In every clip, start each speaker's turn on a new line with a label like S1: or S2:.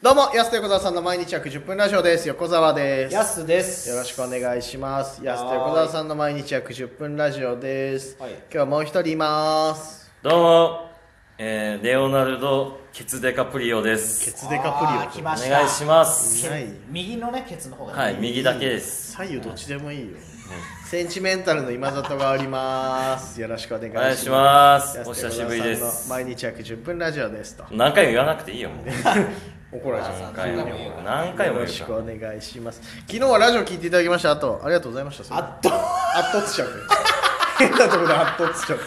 S1: どうも、安田横澤さんの毎日約10分ラジオです。横澤です。
S2: やすです
S1: よろしくお
S2: い
S1: 願いします。安田
S2: はーい
S1: 横澤さんの毎日約10分ラジオです。
S2: はい
S1: 今日はもう一人います。
S3: どうも、えーレオナルド・ケツデカプリオです。
S1: ツデカ
S2: あー
S1: プ
S2: 来
S1: リ
S2: ま
S1: オ。
S3: お
S2: した
S3: 願いします。
S1: ない
S2: 右のねケツの方がね
S3: はい、右だけです。
S1: 左右どっちでもいいよ。センチメンタルの今里がおります。よろしくお願いし
S3: お
S1: ます。
S3: 願いします
S1: 安。田
S3: お
S1: 横
S3: 久
S1: 澤
S3: し
S1: さんの
S3: ぶりです。
S1: 毎日約10分ラジオですと。
S3: 何回も言わなくていいよ、もう。
S1: 怒られちゃう。
S3: 何回も
S2: 言うか。
S3: 何回
S1: よ
S3: も
S1: ろ
S3: 言
S1: し
S3: う
S1: く
S3: か。
S1: お願いします。昨日はラジオ聞いていただきました。あと、ありがとうございました。
S2: あっと
S1: 圧倒つちゃう。変なところで圧倒つちゃう。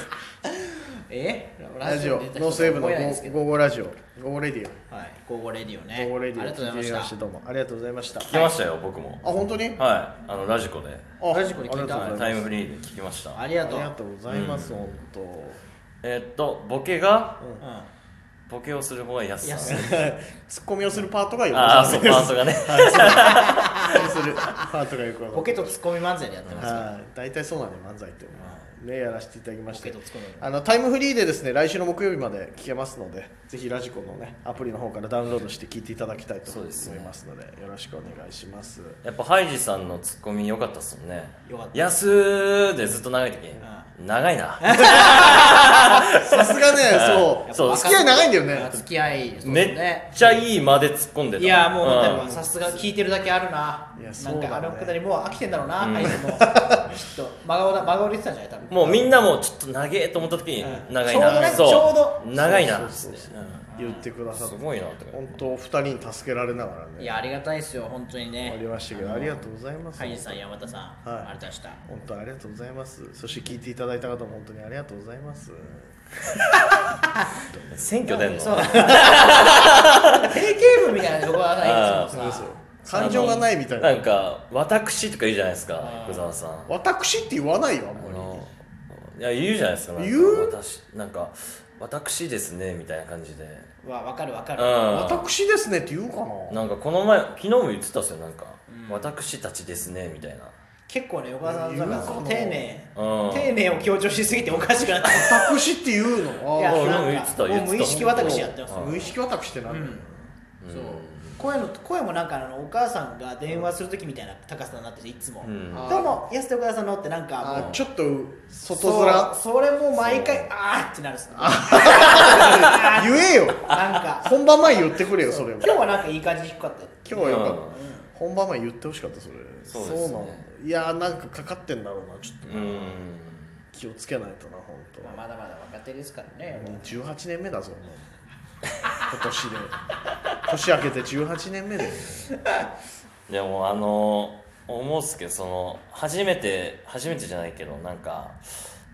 S2: え
S1: ラジオ、
S2: に出た人
S1: ノースウェーブの
S2: 覚えないですけど
S1: 午後ラジオ、午後レディ
S2: はい午後レディオ
S1: オ、
S2: ね
S1: 午後レディオ、
S2: ありがとうござい
S1: 聞てみ
S2: ま
S1: して
S2: した
S1: どうもありがとうございました。
S3: 聞きましたよ、僕も。
S1: あ、本当にあ
S3: はい、あの、ラジコで。
S2: ラジコで聞いた
S1: ありがとうござ
S3: タイム
S1: います
S3: フリーで聞きました。
S2: ありが
S1: あ
S2: とう
S1: りがとうございます、本当。
S3: えーっと、ボケが、
S2: うんは
S3: ボケをする方が安さん。
S2: 安
S1: ツッコミをするパートが横
S3: ああ、
S1: 澤
S3: そう、
S1: で
S3: パー
S1: す。
S3: トがね。
S1: ツッコミする パートが横
S2: い
S1: 澤
S2: ボケとツッコミ漫才でやってますから
S1: はい、大体そうなんで漫才ってねやらせていただきました
S2: ボケとツッコミ
S1: あのタイムフリーでですね来週の木曜日まで聞けますのでぜひラジコのねアプリの方からダウンロードして聞いていただきたいと
S3: そう
S1: 思い
S3: ですね
S1: ますのでよろしくお願いします
S3: やっぱハイジさんのツッコミ良かったっすもんね
S2: 良かった
S3: 安ーでずっと長い時、長いな
S1: さすがねそう
S3: そう
S1: 付き合い長いんだよ
S2: あ
S1: ね
S2: 付き合いそう
S3: め
S2: です
S3: っ
S2: ね
S3: ちゃいい間で突っ込んでた
S2: いやもう
S3: うん
S2: でもさすが聞いてるだけあるない
S1: や
S2: な
S1: そうんだね
S2: かあのくだりもう飽きてんだろうな相手もちょっと真顔だ真顔で言ってたんじゃない多分
S3: もうみんなもちょっと長えと思った時に、
S2: うん
S3: 長い
S2: ち
S3: な
S2: ょうどねちょうど
S3: 長いな
S1: そうそうそう言ってくださっ
S3: す
S1: て
S3: ごいなって
S1: 本当お二人に助けられながらね
S2: いやありがたいですよ本当にね
S1: ありましたけどありがとうございます
S2: ハイジさん、山田さん、
S1: はい
S2: ありがとうございました。
S1: 本当ありがとうございますそして聞いていただいた方も本当にありがとうございます
S3: 選挙出ん の
S2: そう。定型文みたいなとこはないです
S3: あ
S2: もん
S1: そう
S2: さ。
S1: 感情がないみたい
S3: な
S1: なん
S3: か私とか言うじゃないですか
S2: あー
S3: 横澤さん
S1: 私って言わないよあん
S3: あ
S1: まり
S3: のいや言うじゃないですかなんか
S1: 言う
S3: 私なんか私ですねみたいな感じで
S2: うわ、わかるわか
S3: う
S2: る。
S3: ん
S1: 私ですねって言うかな
S3: なんかこの前昨日も言ってたっすよなんか、私たちですねみたいな
S2: 結構ね、横田さん、なんかその丁寧、
S3: うん
S2: 丁寧を強調しすぎておかしくなってます。
S1: 私って言うのあ
S2: いや、
S1: ー
S3: 俺も
S2: な
S3: 言っ
S2: ん
S3: て
S2: か、
S3: た
S2: も
S3: 言っ
S2: う
S3: てた
S2: 無意識私やってます。
S3: うん
S1: 無意識私ってなんだよ
S2: うん
S3: うん
S2: そう声の声もなんかあのお母さんが電話するときみたいな高さになってていつも「
S3: うん
S2: どうも安田岡田さんの」ってなんか
S1: あ
S2: も
S1: ー
S2: う
S1: ちょっと外面
S2: そうそれも毎回あーってなるっすね
S1: 言えよ
S2: なんか
S1: 本番前言ってくれよそれを
S2: 今日はなんかいい感じに低かったよ
S1: 今日はよかった、
S3: うん
S1: 本番前言ってほしかったそれ
S3: そうです
S1: な
S3: ね
S1: のいやーなんかかかってんだろうなちょっと
S3: うん
S1: 気をつけないとな本当。
S2: まあまだまだ若手ですからね、
S1: 18年目だぞもう今年で年明けて18年目で
S3: でもあの思うっすけどその初めて初めてじゃないけどなんか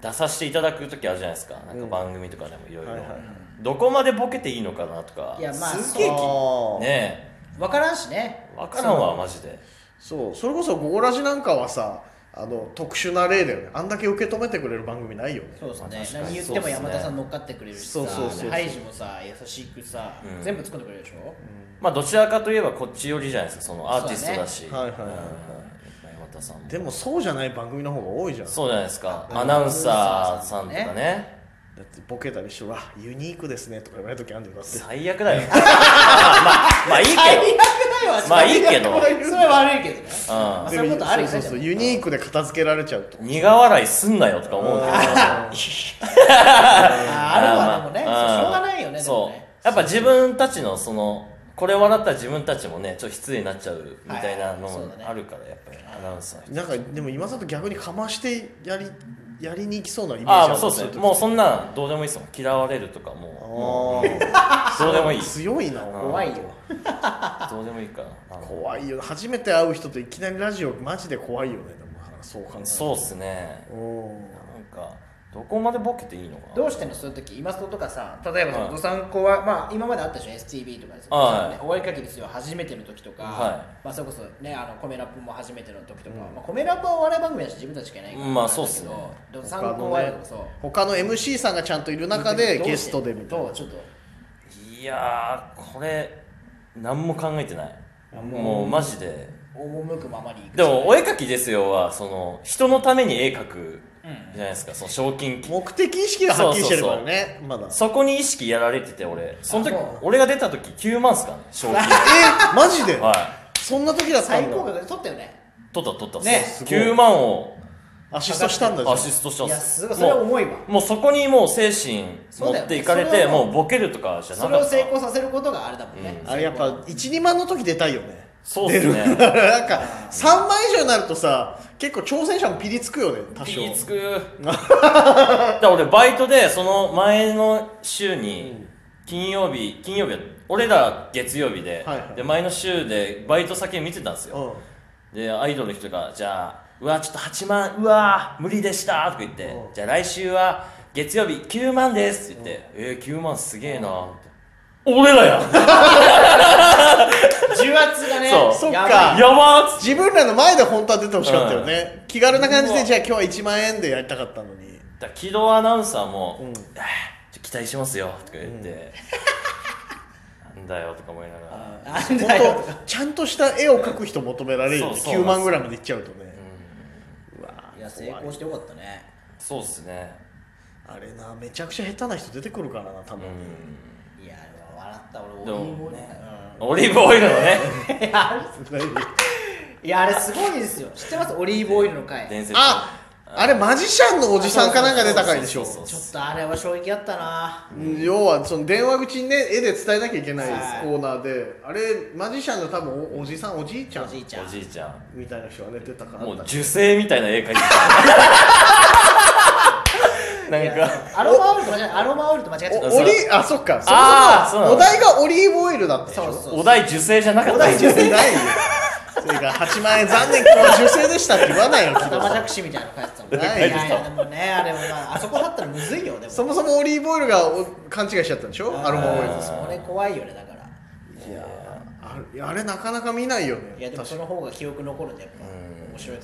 S3: 出させていただく時あるじゃないですかなんか番組とかでもいろいろ
S1: はいはいはい
S3: どこまでボケていいのかなとか
S2: いやまあ
S3: すっげえ
S1: そう
S3: きね
S2: 分からんしね
S3: え分からんわマジで
S1: そうそれこそ「ゴゴラジ」なんかはさあの特殊な例だよねあんだけ受け止めてくれる番組ないよね
S2: そうそう
S3: まあ
S2: です
S3: 確か
S2: ね何
S3: に
S2: 言っても
S3: そうっすね
S2: 山田さん乗っかってくれるしさ
S1: そうそうそうそう
S2: ハイジもさ優しくさ、
S3: うん
S2: 全部作ってくれるでしょ、
S3: まあどちらかといえばこっち寄りじゃないですかそのアーティストだ
S1: そ
S3: し
S1: うだねはいはいはいはい
S3: うん山田さんも
S1: でもそうじゃない番組の方が多いじゃんだ
S3: そうじゃないですか
S2: ア
S3: ア
S2: ナ
S3: ナ
S2: ウ
S3: ウ
S2: ン
S3: ン
S2: サ
S3: サ
S2: ー
S3: ー
S2: さ
S3: さ
S2: ん
S3: ん
S2: ね
S3: とかね
S1: ってボケたりして「わユニークですね」とか言われる時あるんだよだって
S3: 最悪だよ まあまあまあいいけ
S2: 最悪だよ
S3: まあいいけど
S2: それは悪いけどね、
S3: どうん
S2: あそういうことあるよね
S1: そうそうそう
S2: でも
S1: ユニークで片付けられちゃうと
S3: 苦笑いすんなよとか 思うけど
S2: ああるわでもね、
S3: ま
S2: そ
S3: あ
S2: うしょうがないよねでも
S3: そ
S2: ね
S3: うやっぱ自分たちのそのこれ笑ったら自分たちもねちょっと失礼になっちゃうみたいなの
S2: はいそう
S3: も
S2: だね
S3: あるからやっぱりアナウンサーの
S1: な
S3: 人
S1: んかでも今里逆にかましてやりやりに行きそうなイメージ
S3: ああ
S1: る
S3: まあそうですね
S1: い時
S3: もうそんなんどうでもいいですもん嫌われるとかもうも
S1: あ
S3: うどうでもいい
S1: ー強いな
S3: うん
S2: 怖いよ
S3: どうでもいいから
S1: 怖いよ初めて会う人といきなりラジオマジで怖いよねでもなんかそう考えると
S3: そうっすね
S1: うん
S3: なんかどこまでボケていいのかな
S2: どうしてんのそういう時今ストとかさ例えばそ
S3: は
S2: の
S3: い
S2: ドサンコは、まあ今まであったでしょ STV とかです
S3: はい
S2: ねお絵かきですよ初めての時とか、
S3: はい
S2: まあそれこそねあのコメラップも初めての時とか、まあコメラップはお笑い番組だし自分たちしかいないから
S3: うんまあそうっすね
S2: ドサ
S1: 他
S2: ンコ
S1: の
S2: は
S1: ね
S2: やっぱそう
S1: 他の MC さんがちゃんといる中でゲストでみたい
S2: ど
S1: な
S2: うちょっと
S3: いやーこれ何も考えてないもうマジで
S2: 赴くままにいく
S3: でも、お絵描きですよは、その、人のために絵描くじゃないですかその賞金
S1: 目的意識がはっきりしてるからねまだ
S3: そこに意識やられてて俺その時
S2: あそう
S3: 俺が出た時9万っすからね賞金
S1: えマジで
S3: は
S1: そんな時だった
S2: 最
S1: ん
S2: 高
S1: だ
S2: 額で取ったよね
S3: い取った取ったっす
S2: ね
S1: すごい
S3: 9万を
S1: アシストしたんだじゃ
S3: ア
S1: ん
S3: シストした
S2: い
S3: ん
S2: や
S3: です
S2: すごいそれは重いわ
S3: もうそこにもう精神
S2: そ
S3: 持
S2: うだよ
S3: っていかれ
S2: それ
S3: て
S2: はもう
S3: もうボケるとかじゃな
S2: それ
S3: か
S2: を
S3: った
S2: 成功させることがあれだもんね、
S3: う
S1: あれやっぱ12万の時出たいよね
S3: そうです ね
S1: なんか3万以上になるとさ結構挑戦者もピリつくよね多少
S3: ピリつく だから俺バイトでその前の週に金曜日金曜日は俺ら月曜日で,、
S1: はいはい
S3: で前の週でバイト先見てたんですよ、
S1: うん
S3: でアイドルの人が「じゃあうわちょっと8万うわ無理でした」とか言って
S1: う
S3: 「
S1: ん
S3: じゃあ来週は月曜日9万です」って言って「えー、9万すげえな」俺らやん
S2: 重圧がね
S3: そう
S1: そっ
S2: やばい
S1: か
S3: やばーっつって
S1: 自分らの前で本当は出てほしかったよね、気軽な感じ
S3: う
S1: で
S3: わ
S1: じゃあ今日は1万円でやりたかったのに
S3: だから木戸アナウンサーも「
S1: うん
S3: あーちょ期待しますよ」とか言って「なんだよ」とか思いながら。
S2: なんだよ
S1: 本当ちゃんとした絵を描く人求められるよね
S3: そうそう
S1: 9万ぐらいまでいっちゃうとね、うわ
S2: いや成功してよかったね
S3: そうっすね
S1: あれなめちゃくちゃ下手な人出てくるからなたま
S3: う
S1: に、
S3: ん
S2: いや笑った俺
S3: でも
S2: 俺もね、
S3: オリーブオイルのね
S2: うんいやあれ
S1: 何
S2: いやあれすごいですよ知ってますオリーブオイルの回
S3: 伝説の
S1: ああれマジシャンのおじさんかなんか出た回でしょ
S3: そうそうそう
S2: ちょっとあれは衝撃だったな
S1: うん要はその電話口にね絵で伝えなきゃいけない
S2: はい
S1: コーナーであれマジシャンの多分おおじさんおじいちゃん
S2: おじいちゃん
S3: おじいちゃん
S1: みたいな人が出てたから
S3: もう
S1: だ
S3: 受精みたいな絵描いてたなん
S2: いや
S3: か
S2: アロマオイルと間違えアロマオイルと間違えちゃった
S1: おおりあそっかそ
S3: あー
S1: もそもお題がオリーブオイルだったでしょ
S2: そうそう
S3: お題受精じゃなかった
S1: 受精ないよそれから8万円残念今日は受精でしたって言わないよ木戸
S2: 玉
S1: さ
S2: ジャ
S1: ん
S2: クシみたいなの書いてたもんね。
S1: ない
S2: いやいや、でもね、あれもまあ、あそこだったらむずいよ、でも。
S1: そもそもオリーブオイルがお勘違いしちゃったんでしょアロマオイル
S3: で
S1: です
S2: それ怖いよね、だから。
S1: いやあれあれなかなか見ないよね
S2: いや、でもその方が記憶残るんで、やっぱ
S3: うん
S2: 面白いか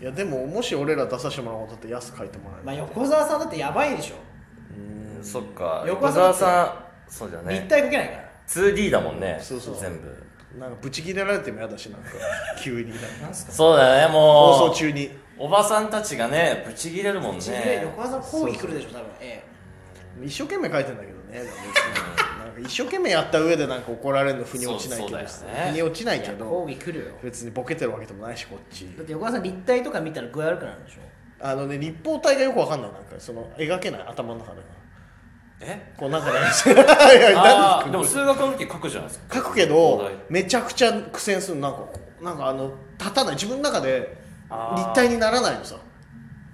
S2: ら。
S1: いやでももし俺ら出させてもらおうとだって安く書いてもらえる、
S2: まあ、横澤さんだってやばいでしょ。
S3: そっか
S2: 横
S3: 横
S2: 澤
S3: 澤
S2: さ
S3: さんそうだ
S2: 立
S3: ね
S2: 体書けないから。
S3: 2D だもんね
S1: そうそう
S3: 全部
S1: なんかブチ切れられても嫌だしなんか急に
S2: なんすか
S3: そうだね
S1: 放
S3: も
S1: 送中
S3: う
S1: に
S3: おばさんたちがねブチギレるもん
S2: ちぎれ
S3: ね
S2: 横澤さん、こう来るでしょ、多分。え
S1: 一生懸命書いてんだけどねなんか一生懸命やった上でなんか怒られるの腑に落ちないけどさ
S3: そうそうだよね
S1: 腑に落ちな
S2: え。
S1: い
S2: い
S1: け
S2: や、
S1: ど
S2: こう来るよ。
S1: 別にボケてるわけでもないしこっち
S2: だって横澤さん、立体とか見たら具合悪くなるでしょ。
S1: あのね立方体がよくわかんないなんかその描けない頭の中では
S3: え
S1: こうなんかね いや
S3: あ
S1: 何
S3: ーでも数学の時書くじゃないですか
S1: 書くけ
S3: は
S1: ど
S3: い
S1: めちゃくちゃ苦戦するなんかこうなんかあの立たない自分の中で
S3: あー
S1: 立体にならないのさ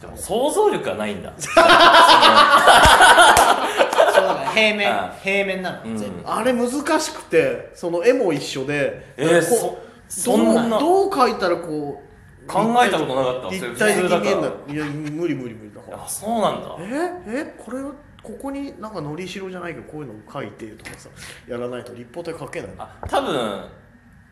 S3: でも想像力がない んだ
S2: そうだから、平面
S3: あ、
S2: 平面な
S3: う
S2: の、
S3: ん
S2: 全部。
S1: あれ難しくてその絵も一緒で
S3: えー
S1: こう
S3: そそ
S1: どうん
S3: な
S1: どう描いたらこう
S3: 考えたことなかった
S1: 立
S3: それ
S1: 体的
S3: 普通だ
S1: に
S3: か
S1: 見え
S3: ら
S1: んだいや無理無理無理だから
S3: あそうなんだ
S1: ええこれをここになんかのりしろじゃないけどこういうのも描いてとかさやらないと立方体描けない
S3: あ多分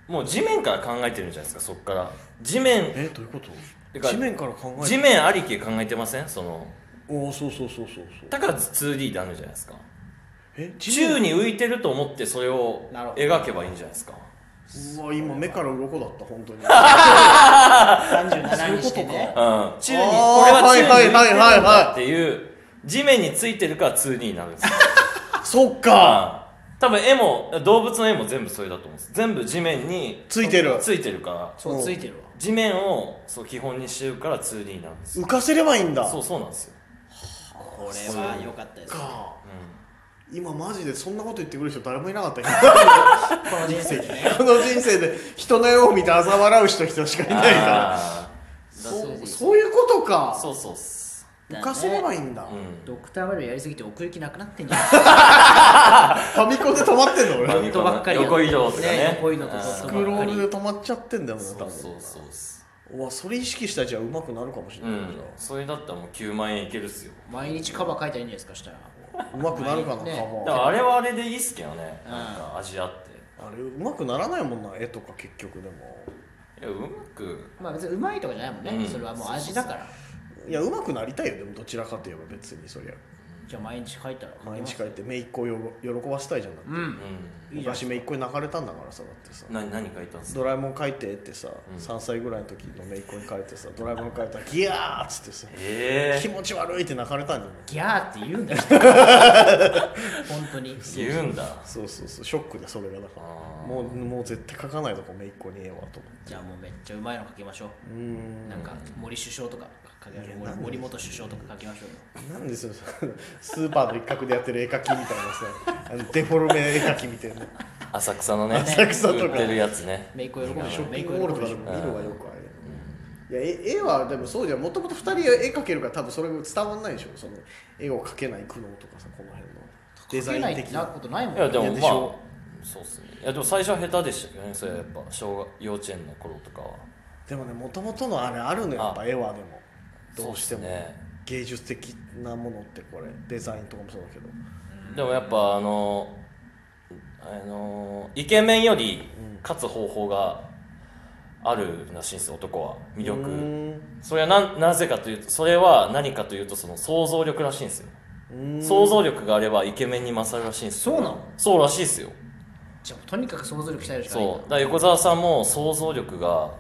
S3: もう地面から考えてるんじゃないですかそっから地面
S1: えどういうこと
S3: てか
S1: 地面から考え
S3: 地面ありきで考えてませんその
S1: おおそうそうそうそうそう
S3: だから 2D であるんじゃないですか
S1: え地
S3: 宙
S1: 面
S3: に浮いてると思ってそれを
S2: なるほど
S3: 描けばいいんじゃないですか
S1: うわ今目から鱗だった本 当に
S2: 37にし
S1: そ
S2: て
S1: ういうこ
S2: ね
S1: と。
S3: うん宙にこ
S1: あ
S3: れ
S1: ー
S3: は宙に浮いてるん
S1: はいはいはいはい
S3: だ
S1: はい
S3: っていう地面についてるから 2D になるんですよ
S1: そっか
S3: うん多分絵も動物の絵も全部それだと思うんです全部地面に
S1: ついてる
S3: ついてるから
S2: そう、ついてるわ。
S3: 地面をそう基本にしてるから 2D になるんですよ
S1: 浮かせればいいんだ
S3: そうそうなんですよ、
S2: これは良かったです。こ
S1: か
S3: うん
S1: 今マジでそんなこと言ってくる人誰もいなか ったけど
S2: の人生でね。
S1: この人生で人の絵を見て嘲笑う人人しかいないから
S3: あー
S1: そ
S2: そう
S1: う
S2: です
S1: そういうことか
S3: そうそうっす、
S1: 浮かせればいいんだ、
S3: うん、
S2: ドクターマリオやりすぎて奥行きなくなってんじゃん
S1: ファミコンで止まってんの
S3: ファ
S1: 俺
S3: ミ
S2: とばっかりや
S3: 横移動とかね
S2: 横移動とか
S1: ス
S2: ずっ
S1: ク
S2: とば
S1: ロ
S2: っか
S1: ー
S2: り
S1: ルで止まっちゃってんだよね
S3: そ
S1: 多
S3: う
S1: 分
S3: そうそうっす
S1: うわそれ意識したらじゃあうまくなるかもしれ
S3: う
S1: ない、
S3: んそれだったらもう9万円いけるっすよ
S2: 毎日カバー書いたらいいんじゃないですかしたら
S1: うまくなるかな、
S2: ね
S1: か
S3: だ
S1: も
S3: からあれはあれでいいっすけどね、
S2: うん
S3: なんか味あって
S1: あれうまくならないもんな絵とか結局でも
S3: いやうまく
S2: まあ別にうまいとかじゃないもんね、
S3: うん
S2: それはもう味だから
S1: いやうまくなりたいよでもどちらかといえば別にそりゃ
S2: じゃあ毎日書いたら書けます
S1: 毎日書いて姪っ子をよろ喜ばせたいじゃんだって
S2: うん
S3: う
S2: いいじゃん
S1: 昔姪っ子に泣かれたんだからさだってさ
S3: ん何何書いたんですか
S1: ドラえもん書いてってさ、
S3: ん
S1: 3歳ぐらいの時の姪っ子に書いてさドラえもん書いたらギヤーっつってさ
S3: え
S1: 気持ち悪いって泣かれたんじゃない
S2: ギャーって言うんだよ本当に
S3: え言うんだ
S1: そうそうそうショックでそれがだから
S3: あー
S1: もうもう絶対書かないとこ姪っ子に絵はと思って
S2: じゃあもうめっちゃうまいの書きましょう
S1: うーん
S2: なんか森首相とか書きましょう
S1: いや
S2: 森森元首相とか書きましょうよ
S1: なんですよ スーパーの一角でやってる絵描きみたいなさあのデフォルメ絵描きみたいな
S3: 浅草のね
S1: 浅草とか
S3: 売ってるやつね
S2: 姪っ子喜ぶでし
S1: シ
S2: ょ
S1: ョッ
S2: 姪
S1: ピ
S2: っ
S1: ン
S2: 子
S1: グモール
S2: 喜
S1: と
S2: ぶ
S1: か
S2: でし
S1: でも見
S2: ょ
S1: るわよくあれ、いや絵絵はでもそうじゃんもともと2人絵描けるから多分それも伝わんないでしょその絵を描けない苦悩とかさこの辺のデザ
S2: 書けな
S1: イ
S2: い
S1: ン
S2: っ
S1: 的
S2: てな
S1: な
S2: ことないもん
S3: いやで
S1: いや
S3: も
S1: でし
S3: まあ
S1: ょ
S3: そうっすねいやでも最初は下手でしたけどねそれはやっぱ小学幼稚園の頃とかは
S1: でもねもともとのあれあるのよやっぱ絵はでもどうしても、
S3: そっすね
S1: 芸術的なものってこれデザインとかもそうだけど
S3: でもやっぱあのあのイケメンより勝つ方法があるらしいんですよ男は魅
S1: うー
S3: 力
S1: ん
S3: それはななぜかというとそれは何かというとその想像力らしいんですよ
S1: うーん
S3: 想像力があればイケメンに勝るらしいんですよ
S2: そうなの
S3: そうらしいですよ
S2: じゃあとにかく想像力鍛えるしかないんだ
S3: そうだから横澤さんも想像力が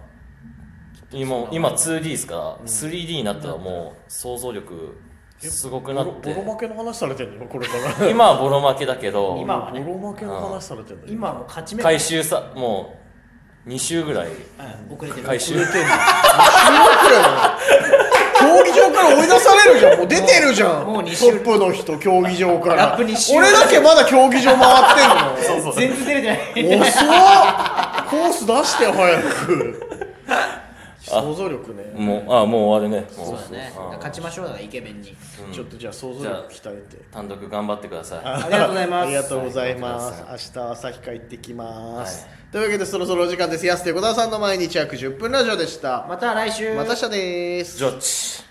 S3: 今今 2D ですから 3D になったらもう想像力すごくなっ
S1: ボロボ
S3: て
S1: ロ負けの話されてんのよこれ から
S3: 今はボロ負けだけど
S2: 今はね
S1: ボロ負けの話されてんのよ
S2: 今はもう勝ち目が
S3: 回収さもう2週ぐらい
S2: うん遅れてる
S3: 回収
S1: 出てんの競技場から追い出されるじゃんもう出てるじゃん
S2: もうもう二
S1: ト
S2: 週
S1: ップの人競技場から
S2: ラップ二週
S1: 俺だけまだ競技場回ってんの
S2: 全然出れてない
S1: 遅っコース出してよ早く想像力ね
S3: もうあもう終わるね も
S2: そうだねだから勝ちましょうだからイケメンに
S3: うん
S1: ちょっとじゃあ想像力鍛えて
S3: 単独頑張ってください
S2: ありがとうございます
S1: ありがとうございま
S3: はい
S1: す。明日は旭川行ってきます。
S3: は
S1: というわけでそろそろお時間です。安手小沢さんの毎日約10分ラジオでした。
S2: また来週
S1: また明日です。
S3: ジョッジ